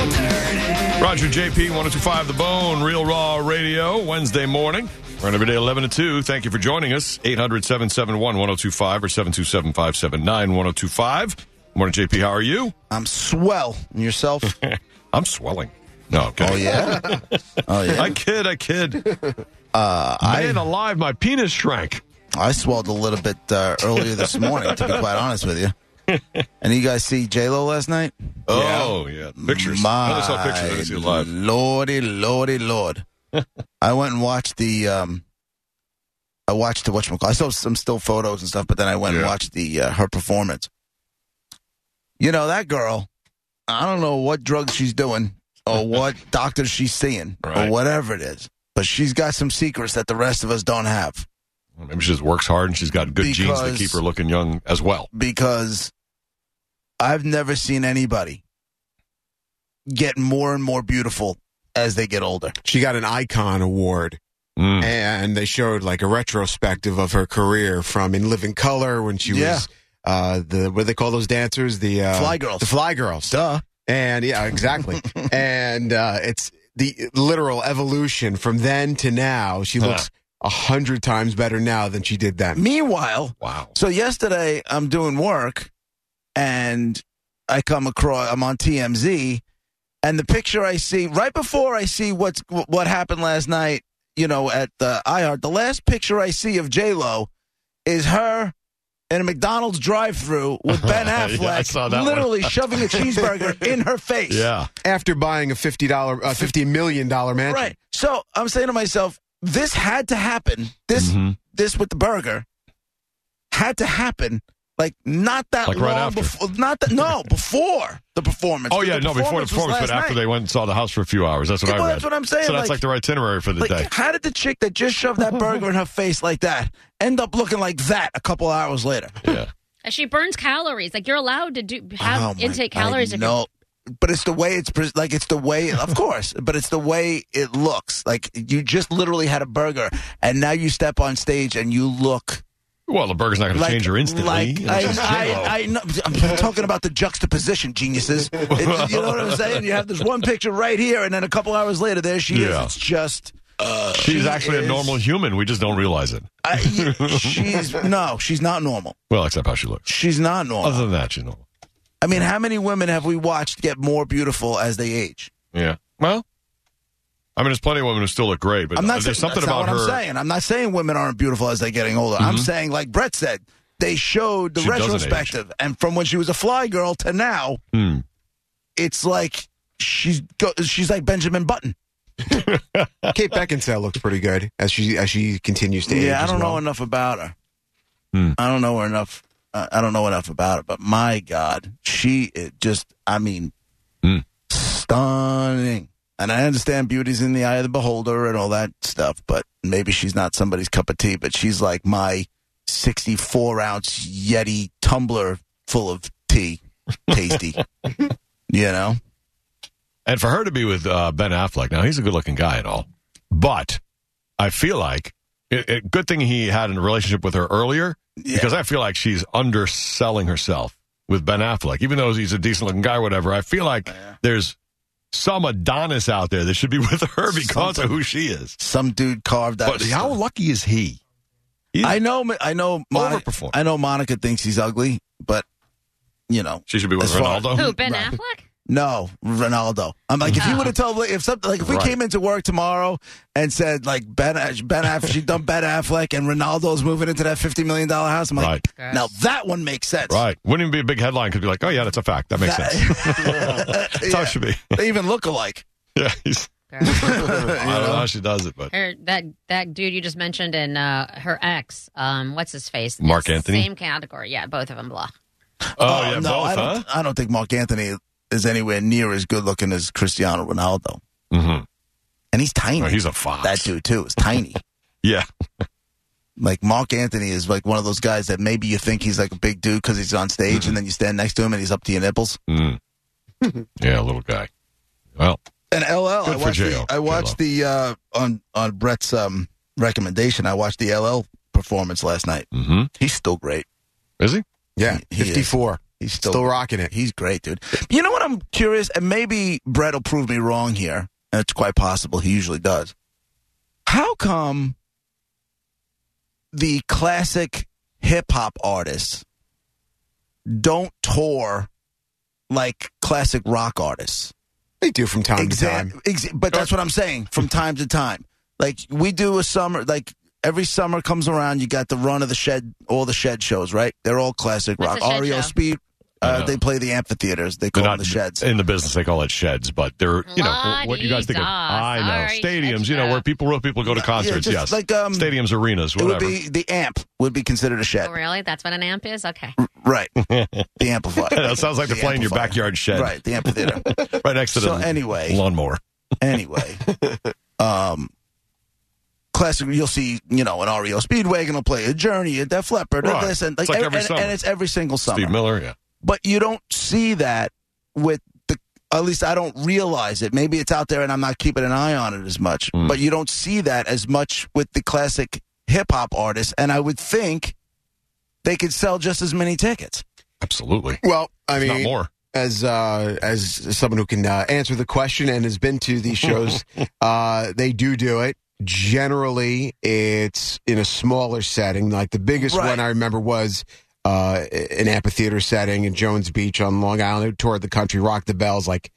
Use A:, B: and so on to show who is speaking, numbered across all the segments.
A: Roger JP 1025 The Bone, Real Raw Radio, Wednesday morning. We're on every day 11 to 2. Thank you for joining us. 800 771 1025 or 727 579 1025. Morning, JP. How are you?
B: I'm swell. And yourself?
A: I'm swelling. No, okay.
B: Oh yeah. oh yeah.
A: I kid, I kid. Man alive, my penis shrank.
B: I swelled a little bit uh, earlier this morning, to be quite honest with you. And you guys see J Lo last night?
A: Oh, yeah. Pictures. I only saw pictures. I didn't see it live.
B: Lordy, lordy, lord. I went and watched the. Um, I watched the whatchamacallit. I saw some still photos and stuff, but then I went and
A: Yeah.
B: watched the uh, her performance. You know that girl. I don't know what drugs she's doing or what doctor she's seeing
A: Right.
B: or whatever it is, but she's got some secrets that the rest of us don't have.
A: Well, Maybe she just works hard and she's got good genes that
B: Because-
A: keep her looking young as well.
B: because I've never seen anybody get more and more beautiful as they get older.
C: She got an icon award,
B: Hmm.
A: Mm.
C: and they showed like a retrospective of her career from in Living Color when she
B: Yeah.
C: was uh, the what do they call those dancers the uh,
B: Fly girls.
C: the Fly Girls,
B: Duh.
C: and yeah, exactly, and uh, it's the literal evolution from then to now. She
A: Huh.
C: looks a hundred times better now than she did then.
B: Meanwhile,
A: Wow.
B: so yesterday I'm doing work and I come across I'm on TMZ and the picture I see right before I see what's what happened last night, you know, at the iHeart, the last picture I see of J Lo is her in a McDonald's drive-through with Ben
A: Yeah, I
B: Affleck
A: saw that one.
B: literally shoving a cheeseburger in her face.
A: Yeah.
C: After buying a fifty dollar, uh, fifty million dollar mansion,
B: Right. So I'm saying to myself, this had to happen. This
A: Mhm.
B: this with the burger had to happen. Like not that
A: Like
B: long
A: right after.
B: before. Not that no before the performance.
A: Oh, yeah, no, before the performance, but after they went and saw the house for a few hours. That's what
B: Yeah,
A: I
B: well,
A: read.
B: that's what I'm saying,
A: So that's
B: like-
A: like, their itinerary for the
B: Like,
A: day.
B: how did the chick that just shoved that burger in her face like that end up looking like that a couple hours later?
A: Yeah.
D: She burns calories. Like you're allowed to do
B: Oh,
D: have
B: my-
D: intake calories.
B: I
D: if you're-
B: know. But it's the way it's pres like it's the way of course, but it's the way it looks. Like you just literally had a burger and now you step on stage and you look
A: Well, the burger's not going to change her instantly.
B: Like,
A: It's
B: I,
A: just J-Lo.
B: I, I, know, I'm talking about the juxtaposition, geniuses. It's- you know what I'm saying? You have this one picture right here, and then a couple hours later, there she
A: Yeah.
B: is. It's just. uh,
A: She's
B: she
A: actually
B: is-
A: a normal human. We just don't realize it.
B: I, she's no, she's not normal.
A: Well, except how she looks.
B: She's not normal.
A: Other than that, she's normal.
B: I mean, how many women have we watched get more beautiful as they age?
A: Yeah. Well, I mean, there's plenty of women who still look great, but
B: I'm not saying
A: there's something
B: that's
A: about
B: not what
A: her. Mm-hmm.
B: I'm saying. I'm not saying women aren't beautiful as they're getting older. I'm saying, like Brett said, they showed the
A: She doesn't age.
B: retrospective, and from when she was a fly girl to now,
A: Hmm.
B: it's like she's go, she's like Benjamin Button.
C: Kate Beckinsale looks pretty good as she as she continues to age.
B: Yeah, I
C: as
B: don't
C: well.
B: know enough about her.
A: Hmm.
B: I don't know her enough. I I don't know enough about her, but my God, she is just, I mean,
A: Hmm.
B: stunning. And I understand beauty's in the eye of the beholder and all that stuff, but maybe she's not somebody's cup of tea, but she's like my 64 ounce Yeti tumbler full of tea. Tasty. you know?
A: And for her to be with uh, Ben Affleck, now he's a good looking guy and all, but I feel like it, it, good thing he had a relationship with her earlier
B: Yeah.
A: because I feel like she's underselling herself with Ben Affleck. Even though he's a decent looking guy or whatever, I feel like there's some Adonis out there that should be with her because of who she is.
B: Some dude carved out.
A: But
B: his
A: how
B: stomach.
A: lucky is he? He's-
B: I know, I know, Mon-
A: Overperformed.
B: I know Monica thinks he's ugly, but you know,
A: she should be with
B: As far-
A: Ronaldo.
D: Who Ben
B: Right.
D: Affleck?
B: No, Ronaldo. I'm like, if you would have told, like, if something, like, if we
A: Right.
B: came into work tomorrow and said, like, Ben, Ben Affleck, she dumped Ben Affleck and Ronaldo's moving into that $50 million house, I'm like,
D: Right.
B: now that one makes sense.
A: Right. Wouldn't even be a big headline because be like, oh, yeah, that's a fact. That makes
B: That-
A: sense. That's how it should be.
B: They even look alike.
A: Yeah. he's- I don't know how she does it, but
D: Her that that dude you just mentioned and uh, her ex, um, what's his face?
A: Mark
D: It's
A: Anthony?
D: Same category, yeah. Both of them, blah.
A: oh, yeah,
B: Uh, no,
A: both,
B: I don't,
A: huh?
B: I don't think Mark Anthony is anywhere near as good looking as Cristiano Ronaldo.
A: Mhm.
B: And he's tiny.
A: No, Oh, he's a fox.
B: Mm-hmm. that dude, too, is tiny.
A: Yeah,
B: like Mark Anthony is like one of those guys that maybe you think he's like a big dude because he's on
A: Mm-hmm.
B: stage, and then you stand next to him and he's up to your nipples.
A: Mm. yeah, little guy. Well,
B: And LL,
A: Good
B: I
A: for
B: watched
A: JL.
B: the, I watched the uh, on on Brett's um, recommendation. I watched the LL performance last night.
A: hmm
B: He's still great.
A: is he?
C: Yeah,
B: He is.
C: 54.
B: He's still,
C: Still, rocking it.
B: he's great, dude. You know what? I'm curious, and maybe Brett will prove me wrong here, and it's quite possible he usually does. How come the classic hip hop artists don't tour like classic rock artists?
C: They do from time
B: Exactly.
C: to time.
B: but that's what I'm saying. From time to time, like we do a summer, like every summer comes around, you got the run of the shed, all the shed shows, right? They're all classic
D: What's
B: rock.
D: a shed
B: REO
D: show?
B: Speed.
A: know.
B: Uh, they play the amphitheaters. They
A: They're
B: call them the sheds.
A: in the uh, business. They call it sheds, but they're you know what you guys think of.
D: La-dee-da.
A: I know
D: Sorry,
A: stadiums.
D: shed
A: You know
D: show.
A: where people, real people go to
B: Yeah,
A: concerts.
B: just
A: yes,
B: like, um,
A: stadiums, arenas,
B: It would
A: whatever.
B: be the amp would be considered a shed,
D: Oh, really? That's what an amp is. Okay.
B: right? the amplifier.
A: that sounds like
B: The
A: they're playing your
B: amplifier.
A: backyard shed right,
B: Right, the amphitheater.
A: next to
B: so
A: the
B: anyway,
A: lawnmower.
B: anyway. um, classic, you'll see, you know, an REO Speedwagon will play a Journey, a Def Leppard,
A: Right.
B: a this, and
A: It's like
B: ev-
A: every
B: and,
A: summer.
B: and it's every single summer.
A: Steve Miller. Yeah,
B: But you don't see that with the. At least I don't realize it. Maybe it's out there and I'm not keeping an eye on it as much.
A: Mm.
B: But you don't see that as much with the classic hip hop artists. And I would think they could sell just as many tickets.
A: absolutely.
C: Well, I
A: If
C: mean,
A: Not more.
C: as uh, as someone who can uh, answer the question and has been to these shows, uh, they do do it. Generally, it's in a smaller setting. Like the biggest
B: Right.
C: one I remember was uh, an amphitheater setting in Jones Beach on Long Island. Who toured the country, rocked the bells like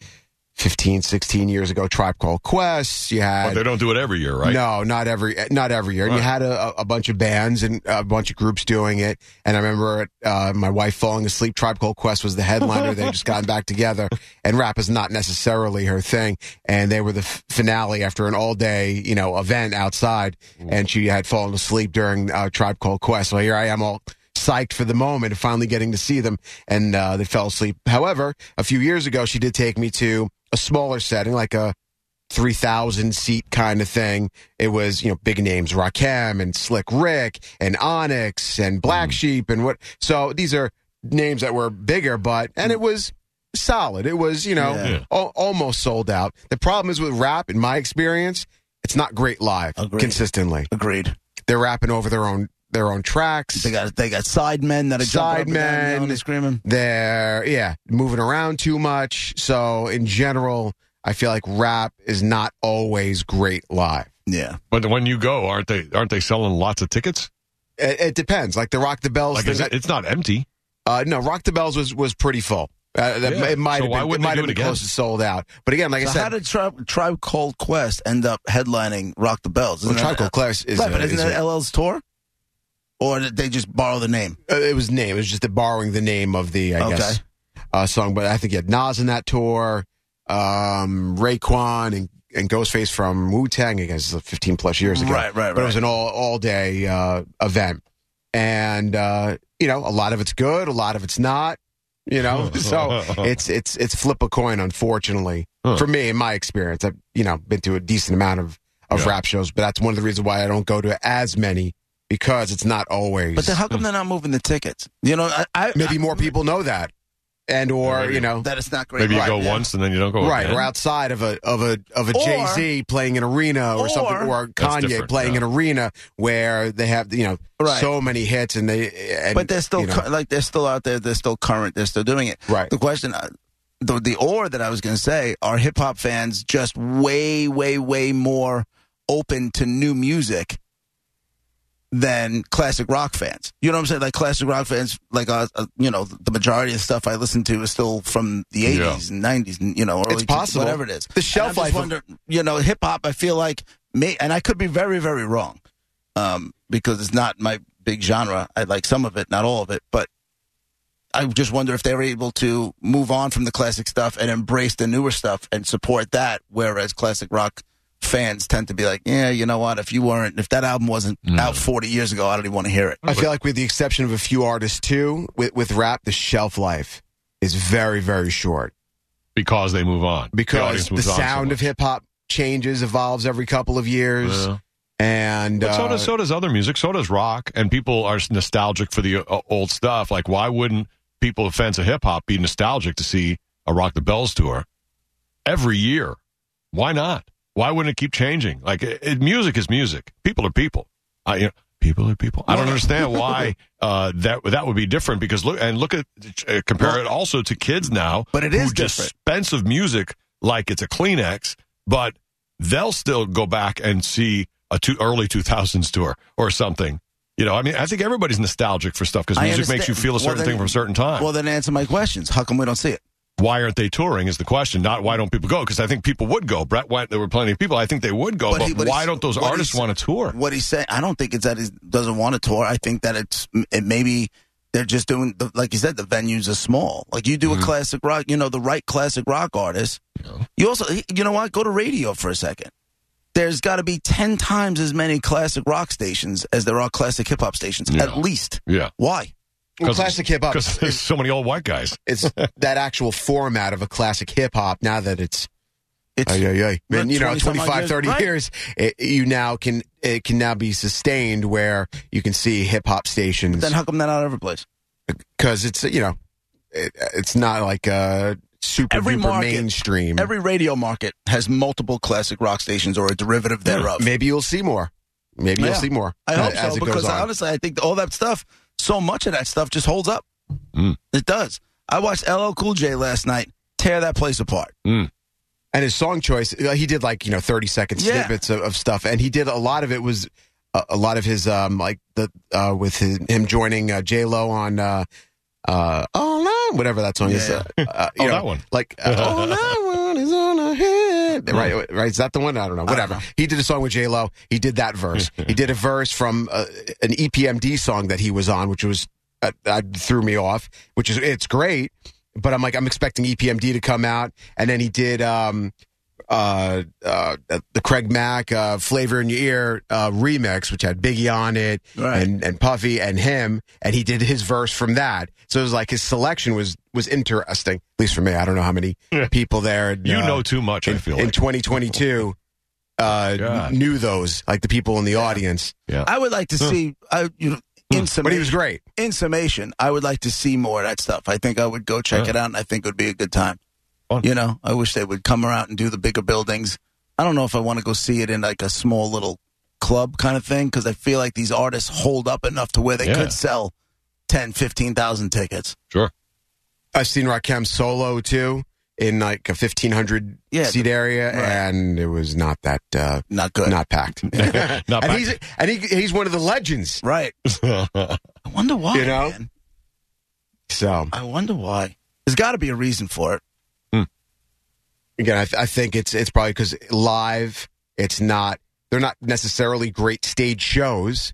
C: 15, 16 years ago. Tribe Called Quest. You had
A: But they don't do it every year, right?
C: no, not every not every year. And
A: Right.
C: you had a, a- a bunch of bands and a bunch of groups doing it. And I remember uh, my wife falling asleep. Tribe Called Quest was the headliner. they just gotten back together, and rap is not necessarily her thing. And they were the f- finale after an all day you know event outside,
A: Mm.
C: and she had fallen asleep during uh, Tribe Called Quest. So here I am all. Psyched for the moment of finally getting to see them, and uh, they fell asleep. However, a few years ago, she did take me to a smaller setting, like a 3,000 seat kind of thing. It was, you know, big names, Rakim and Slick Rick and Onyx and Black
B: Mm.
C: Sheep and what. So these are names that were bigger, but, and it was solid. It was, you know,
B: Yeah.
A: Yeah.
C: al- almost sold out. The problem is with rap, in my experience, it's not great live
B: Agreed.
C: consistently.
B: Agreed.
C: They're rapping over their own, their own tracks.
B: They got they got sidemen that are jumping up and down, you know,
C: Sidemen.
B: and they're screaming.
C: they're yeah moving around too much so in general i feel like rap is not always great live
B: Yeah.
A: But when you go, aren't they aren't they selling lots of tickets?
C: it, it depends like the rock the bells
A: Like
C: thing-
A: is it, it's not empty.
C: uh, no rock the bells was was pretty full uh, that,
A: Yeah.
C: it might
A: So
C: have
A: why
C: been, it
A: wouldn't they
C: might
A: do
C: have
A: it
C: been
A: again?
C: close to sold out but again like
B: So
C: i said
B: how did Tribe, Tribe Called Quest end up headlining Rock the Bells?
C: well,
B: Isn't
C: Tribe
B: that-
C: Called Quest is,
B: right,
C: a-
B: but isn't
C: is
B: that
C: a-
B: LL's tour? Or did they just borrow the name?
C: uh, it was name it was just the borrowing the name of the i
B: Okay.
C: guess uh, song but i think you had Nas in that tour um Raekwon and and Ghostface from Wu Tang I guess 15 plus years ago
B: Right, right,
C: but it was
B: right.
C: an all all day uh, event, and uh, you know a lot of it's good, a lot of it's not. You
B: Oh,
C: know, so it's it's it's flip a coin. Unfortunately,
A: Huh.
C: for me, in my experience, I've you know been to a decent amount of of
A: Yeah.
C: rap shows, but that's one of the reasons why I don't go to as many because it's not always.
B: But then how come they're not moving the tickets? You know, I, I
C: maybe more people know that, and or
A: Maybe.
C: you know.
B: that it's not great.
A: Maybe you
B: Right,
A: go
B: yeah.
A: once and then you don't go
C: Right,
A: again.
C: or outside of a of a of a
B: Or-
C: Jay Z playing an arena or, something,
B: Or-
C: or
A: That's
C: Kanye
A: different,
C: playing
A: yeah.
C: an arena where they have you know
B: Right.
C: so many hits and they. And,
B: but they're still
C: you know,
B: cu- like they're still out there. They're still current. They're still doing it.
C: Right.
B: The question, uh, the the or that I was going to say, are hip hop fans just way way way more open to new music than classic rock fans. You know what I'm saying? Like classic rock fans, like uh, uh, you know, the majority of stuff I listen to is still from the 80s and 90s, and you know, early
C: It's
B: 2000s,
C: possible.
B: whatever it is.
C: The shelf
B: And I'm
C: life
B: just
C: of-
B: wonder, you know, hip hop. I feel like me, and I could be very, very wrong, um, because it's not my big genre. I like some of it, not all of it, but I just wonder if they were able to move on from the classic stuff and embrace the newer stuff and support that, whereas classic rock fans tend to be like, yeah, you know what? If you weren't, if that album wasn't
A: Mm.
B: out 40 years ago, I don't even want to hear it.
C: I feel like, with the exception of a few artists too, with, with rap, the shelf life is very, very short
A: because they move on.
C: because
A: audience
C: the,
A: moves on so
C: sound of
A: much.
C: hip hop changes, evolves every couple of years,
A: Yeah.
C: and
A: But so
C: uh,
A: does so does other music. So does rock, and people are nostalgic for the uh, old stuff. Like, why wouldn't people of fans of hip hop be nostalgic to see a Rock the Bells tour every year? Why not? Why wouldn't it keep changing? Like, it, it- music is music. People are people. I, you know, people are people. I don't understand why uh, that that would be different. Because look and look at uh, compare it also to kids now.
B: But it
A: who
B: is different.
A: dispense of music like it's a Kleenex, but they'll still go back and see a two, early 2000s tour or something. You know, I mean, I think everybody's nostalgic for stuff because
B: I
A: music makes you
B: understand.
A: feel a
B: Well,
A: certain
B: then-
A: thing from a certain time.
B: Well, then answer my questions. How come we don't see it?
A: why aren't they touring is the question, not why don't people go? Because I think people would go. Brett White, there were plenty of people. I think they would go, but,
B: But he- but
A: why
B: he's-
A: don't those
B: but
A: artists
B: he's-
A: want to tour?
B: What he's saying, I don't think it's that he doesn't want a tour. I think that it's it maybe they're just doing the, like you said, the venues are small. Like you do a classic rock, you know, the right classic rock artist. You also, you know what? Go to radio for a second. There's got to be ten times as many classic rock stations as there are classic hip hop stations, at least.
A: Yeah.
B: Why?
C: well,
A: 'Cause-
C: classic hip hop.
A: Because there's so many old white guys.
C: It's that actual format of a classic hip hop. Now that it's
B: It's
C: Ay, ay, ay.
B: Look,
C: And, you know,
B: 20-some odd
C: 25,
B: years-
C: 30
B: right.
C: years, it, you now can, it can now be sustained where you can see hip hop stations
B: then how come that not every place?
C: because it's, you know, it, it's not like a super
B: Every
C: duper
B: market,
C: mainstream.
B: Every radio market has multiple classic rock stations or a derivative thereof.
C: Maybe you'll see more. Maybe
B: Yeah.
C: you'll see more.
B: I hope
C: a- as
B: so
C: it
B: because
C: goes on.
B: honestly, I think all that stuff, so much of that stuff, just holds up.
C: Hmm.
A: Mm.
B: It does. I watched LL Cool J last night tear that place apart.
C: and his song choice, uh, he did like, you know, 30 second
B: Yeah.
C: snippets of, of stuff. And he did a lot of it was a, a lot of his, um, like the, uh, with his, him joining uh, J-Lo on, uh, uh, all I, whatever that song is.
B: Yeah.
C: Uh, uh, you
A: Oh,
C: know,
A: that one.
C: Like, uh, all I want is on a head. Right, right. Is that the one? I don't know. Whatever. He did a song with J Lo. He did that verse. he did a verse from uh, an EPMD song that he was on, which was uh, uh, threw me off. Which is it's great, but I'm like I'm expecting E EPMD to come out, and then he did. um uh, uh, the Craig Mack uh, "Flavor in Your Ear" uh, remix, which had Biggie on it
B: Right.
C: and and Puffy and him, and he did his verse from that. So it was like his selection was was interesting, at least for me. I don't know how many people there.
A: You
C: uh,
A: know too much,
C: in,
A: I feel
C: in
A: like.
C: 2022 uh,
A: God.
C: knew those, like the people in the audience,
A: Yeah.
B: I would like
C: Hmm.
B: to see. I you know, in
C: but he
B: summation,
C: was great.
B: in summation, I would like to see more of that stuff. I think I would go check it out, and I think it would be a good time.
A: Fun.
B: You know, I wish they would come around and do the bigger buildings. I don't know if I want to go see it in like a small little club kind of thing because I feel like these artists hold up enough to where they
A: Yeah.
B: could sell 10, 15,000 tickets.
A: Sure.
C: I've seen Rakim solo too in like a 1500
B: Yeah,
C: seat area,
B: right.
C: and it was not that uh,
B: Not good.
C: not packed.
A: Not
C: and
A: back-
C: he's and he, he's one of the legends.
B: Right. I wonder why.
C: You know?
B: man.
C: So
B: I wonder why. There's got to be a reason for it.
C: again, I, th- I think it's it's probably because live, it's not they're not necessarily great stage shows,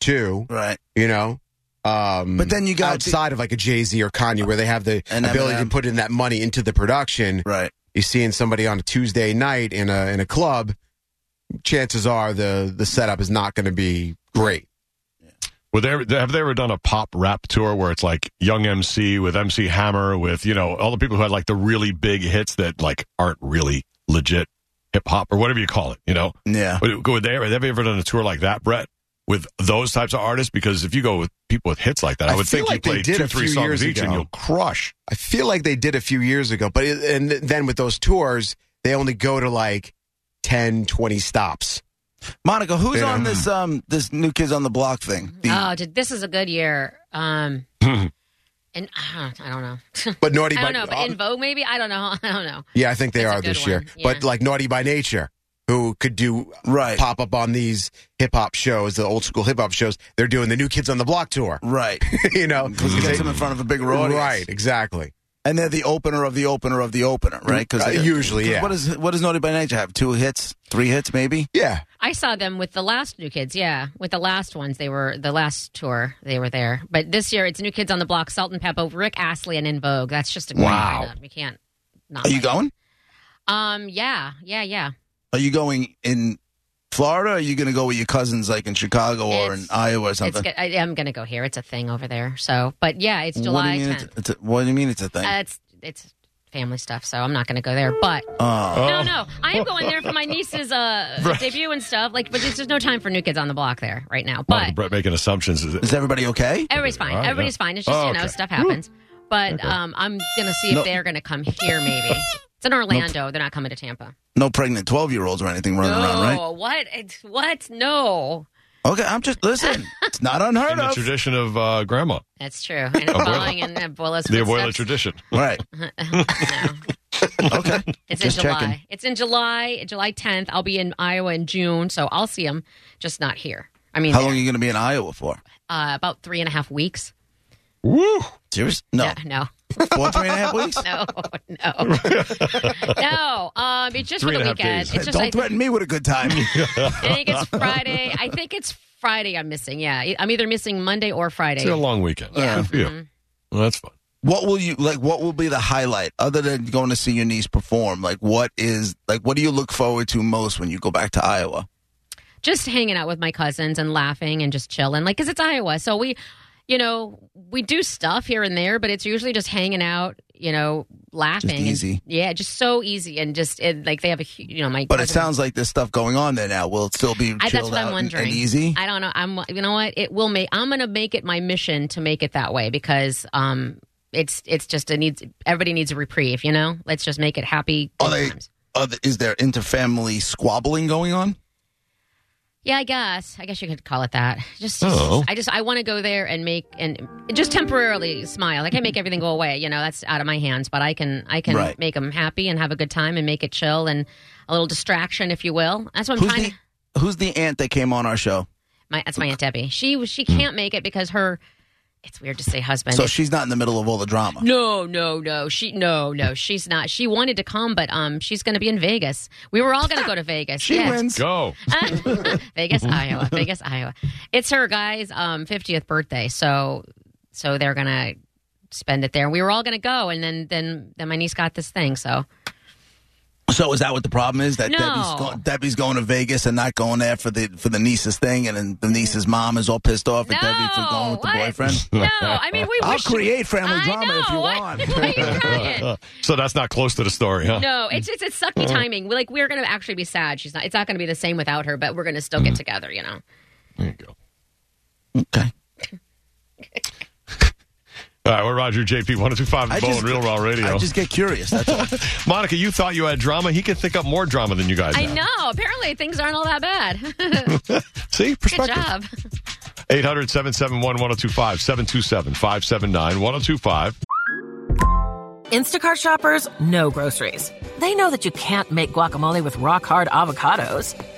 C: too.
B: Right.
C: You know, um,
B: But then you got
C: outside of like a Jay Z or Kanye, where they have the
B: And
C: ability
B: Eminem.
C: to put in that money into the production.
B: Right.
C: You're seeing somebody on a Tuesday night in a in a club. Chances are the the setup is not going to be great.
A: Were they, have they ever done a pop rap tour where it's like Young MC with MC Hammer with you know all the people who had like the really big hits that like aren't really legit hip hop or whatever you call it? You know,
B: Yeah.
A: would, would they ever have they ever done a tour like that, Brett? With those types of artists, because if you go with people with hits like that, I,
C: I
A: would
C: feel
A: think
C: like
A: you
C: they
A: play
C: did
A: two,
C: a
A: three
C: few
A: songs
C: years
A: each, and
C: ago.
A: you'll crush.
C: I feel like they did a few years ago, but it, and then with those tours, they only go to like 10, 20 stops.
B: Monica, who's
C: Yeah.
B: on this um this new kids on the block thing? The-
D: Oh, dude, this is a good year. Um, and I don't, I don't know.
C: But Naughty
D: I
C: by
D: don't know, but in Vogue maybe. I don't know. I don't know.
C: Yeah, I think they
D: That's a
C: are
D: good
C: this year.
D: one, yeah.
C: But like Naughty by Nature, who who could do
B: Right.
C: pop up on these hip hop shows, the old school hip hop shows. They're doing the New Kids on the Block tour.
B: Right.
C: you know,
B: Because it gets them in front of a bigger audience.
C: right? Exactly.
B: And they're the opener of the opener of the opener, right?
C: Uh,
B: they-
C: usually,
B: 'cause
C: yeah.
B: What, is, what does Naughty by Nature have? Two hits? Three hits, maybe?
C: Yeah,
D: I saw them with the last New Kids. Yeah, with the last ones, they were the last tour they were there. But this year, it's New Kids on the Block, Salt and Pepper, Rick Astley, and In Vogue. That's just a great
A: Wow.
D: lineup. You can't not.
B: Are you
D: like
B: going?
D: it. Um. Yeah. Yeah. Yeah.
B: Are you going in Florida? Or are you going to go with your cousins, like in Chicago or in
D: It's-
B: Iowa or
D: It's
B: something?
D: good. I am gonna go here. It's a thing over there. So, but yeah, it's
B: what do
D: July
B: you mean
D: tenth.
B: it's, it's a, what do you mean it's a thing?
D: Uh, it's it's family stuff, so I'm not gonna go there. But
B: oh,
D: no, no, I am going there for my niece's uh, debut and stuff. Like, but there's just no time for New Kids on the Block there right now. But
A: Brett making assumptions.
B: is everybody okay?
D: Everybody's fine.
A: All right,
D: Everybody's fine. It's just
A: Oh,
D: you know
A: okay.
D: stuff happens. But um, I'm gonna see if
B: No.
D: they're gonna come here. Maybe it's in Orlando. They're not coming to Tampa.
B: No pregnant twelve year olds or anything running around, right?
D: No, what? It's, what? No,
B: Okay, I'm just listen. It's not
A: In
B: unheard
A: the
B: of,
A: tradition of uh, grandma,
D: that's true. And it's
A: Abuela.
D: following in Abuela's
A: the abuela
D: footsteps.
A: tradition.
B: right?
D: no.
B: Okay,
D: It's
B: Just
D: in July.
B: checking.
D: It's in July, July 10th. I'll be in Iowa in June, so I'll see them, just not here. I mean,
B: How long are you going to be in Iowa for?
D: uh, about three and a half weeks.
A: Woo!
B: Serious? No,
D: Yeah, no,
B: four three and a half weeks.
D: no, no, no. Um, it's just
A: Three
D: for
A: and a
D: the
A: half
D: weekend.
A: days.
D: It's just
B: Don't
D: I,
B: threaten me with a good time.
D: I think it's Friday. I think it's Friday. I'm missing. Yeah, I'm either missing Monday or Friday.
A: It's a long weekend. Yeah. Good for you.
D: Mm-hmm.
A: Well, that's fun.
B: what will you like? What will be the highlight other than going to see your niece perform? Like, what is like? What do you look forward to most when you go back to Iowa?
D: just hanging out with my cousins and laughing and just chilling like because it's iowa so we you know we do stuff here and there but it's usually just hanging out you know laughing and-
B: easy.
D: yeah just so easy and just it, like they have a hu- you know my
B: But it
D: cousins-
B: sounds like there's stuff going on there now. Will it still be chilled
D: I, that's what
B: out
D: I'm
B: and-
D: wondering.
B: and easy?
D: I don't know. I'm you know what? It will make I'm gonna make it my mission to make it that way because um it's it's just it needs everybody needs a reprieve, you know? Let's just make it happy good
B: Are they-
D: times.
B: Are th- is there interfamily squabbling going on?
D: Yeah, I guess. I guess you could call it that. Just,
A: Oh.
D: I just, I want to go there and make and just temporarily smile. I can't make everything go away. You know, that's out of my hands. But I can, I can
B: Right.
D: make them happy and have a good time and make it chill and a little distraction, if you will. That's what I'm
B: Who's
D: trying.
B: the,
D: to,
B: who's the aunt that came on our show?
D: my, that's my aunt Debbie. She was, she can't make it because her. It's weird to say husband.
B: Hmm. So she's not in the middle of all the drama.
D: no, no, no. She no, no. She's not. She wanted to come, but um, she's going to be in Vegas. We were all going to go to Vegas.
B: She
D: yes.
B: wins.
A: Go.
D: Uh, Vegas, Iowa. Vegas, Iowa. It's her guy's um, 50th birthday, so so they're gonna spend it there. We were all gonna go, and then then then my niece got this thing. So
B: So is that what the problem is? That
D: No.
B: Debbie's, go- Debbie's going to Vegas and not going there for the for the niece's thing, and then the niece's mom is all pissed off at
D: No,
B: Debbie for going with
D: what?
B: the boyfriend.
D: no, I mean we.
B: I'll
D: wish-
B: create family
D: I
B: drama if you
D: know. What-
B: want.
D: what are you trying?
A: So that's not close to the story, huh?
D: No, it's just it's sucky timing. We're like we're gonna actually be sad. She's not. It's not gonna be the same without her, but we're gonna still get together. You know.
A: There you go.
B: Okay.
A: All right, we're Roger JP 1025 The
B: I
A: Bone,
B: just-
A: Real Raw Radio.
B: I just get curious. That's all.
A: Monica, you thought you had drama. He can think up more drama than you guys
D: I
A: have.
D: know. Apparently things aren't all that bad.
A: See,
D: Good
A: perspective.
D: job.
A: 800 771 1025 727 579 1025.
E: Instacart shoppers know groceries. They know that you can't make guacamole with rock hard avocados.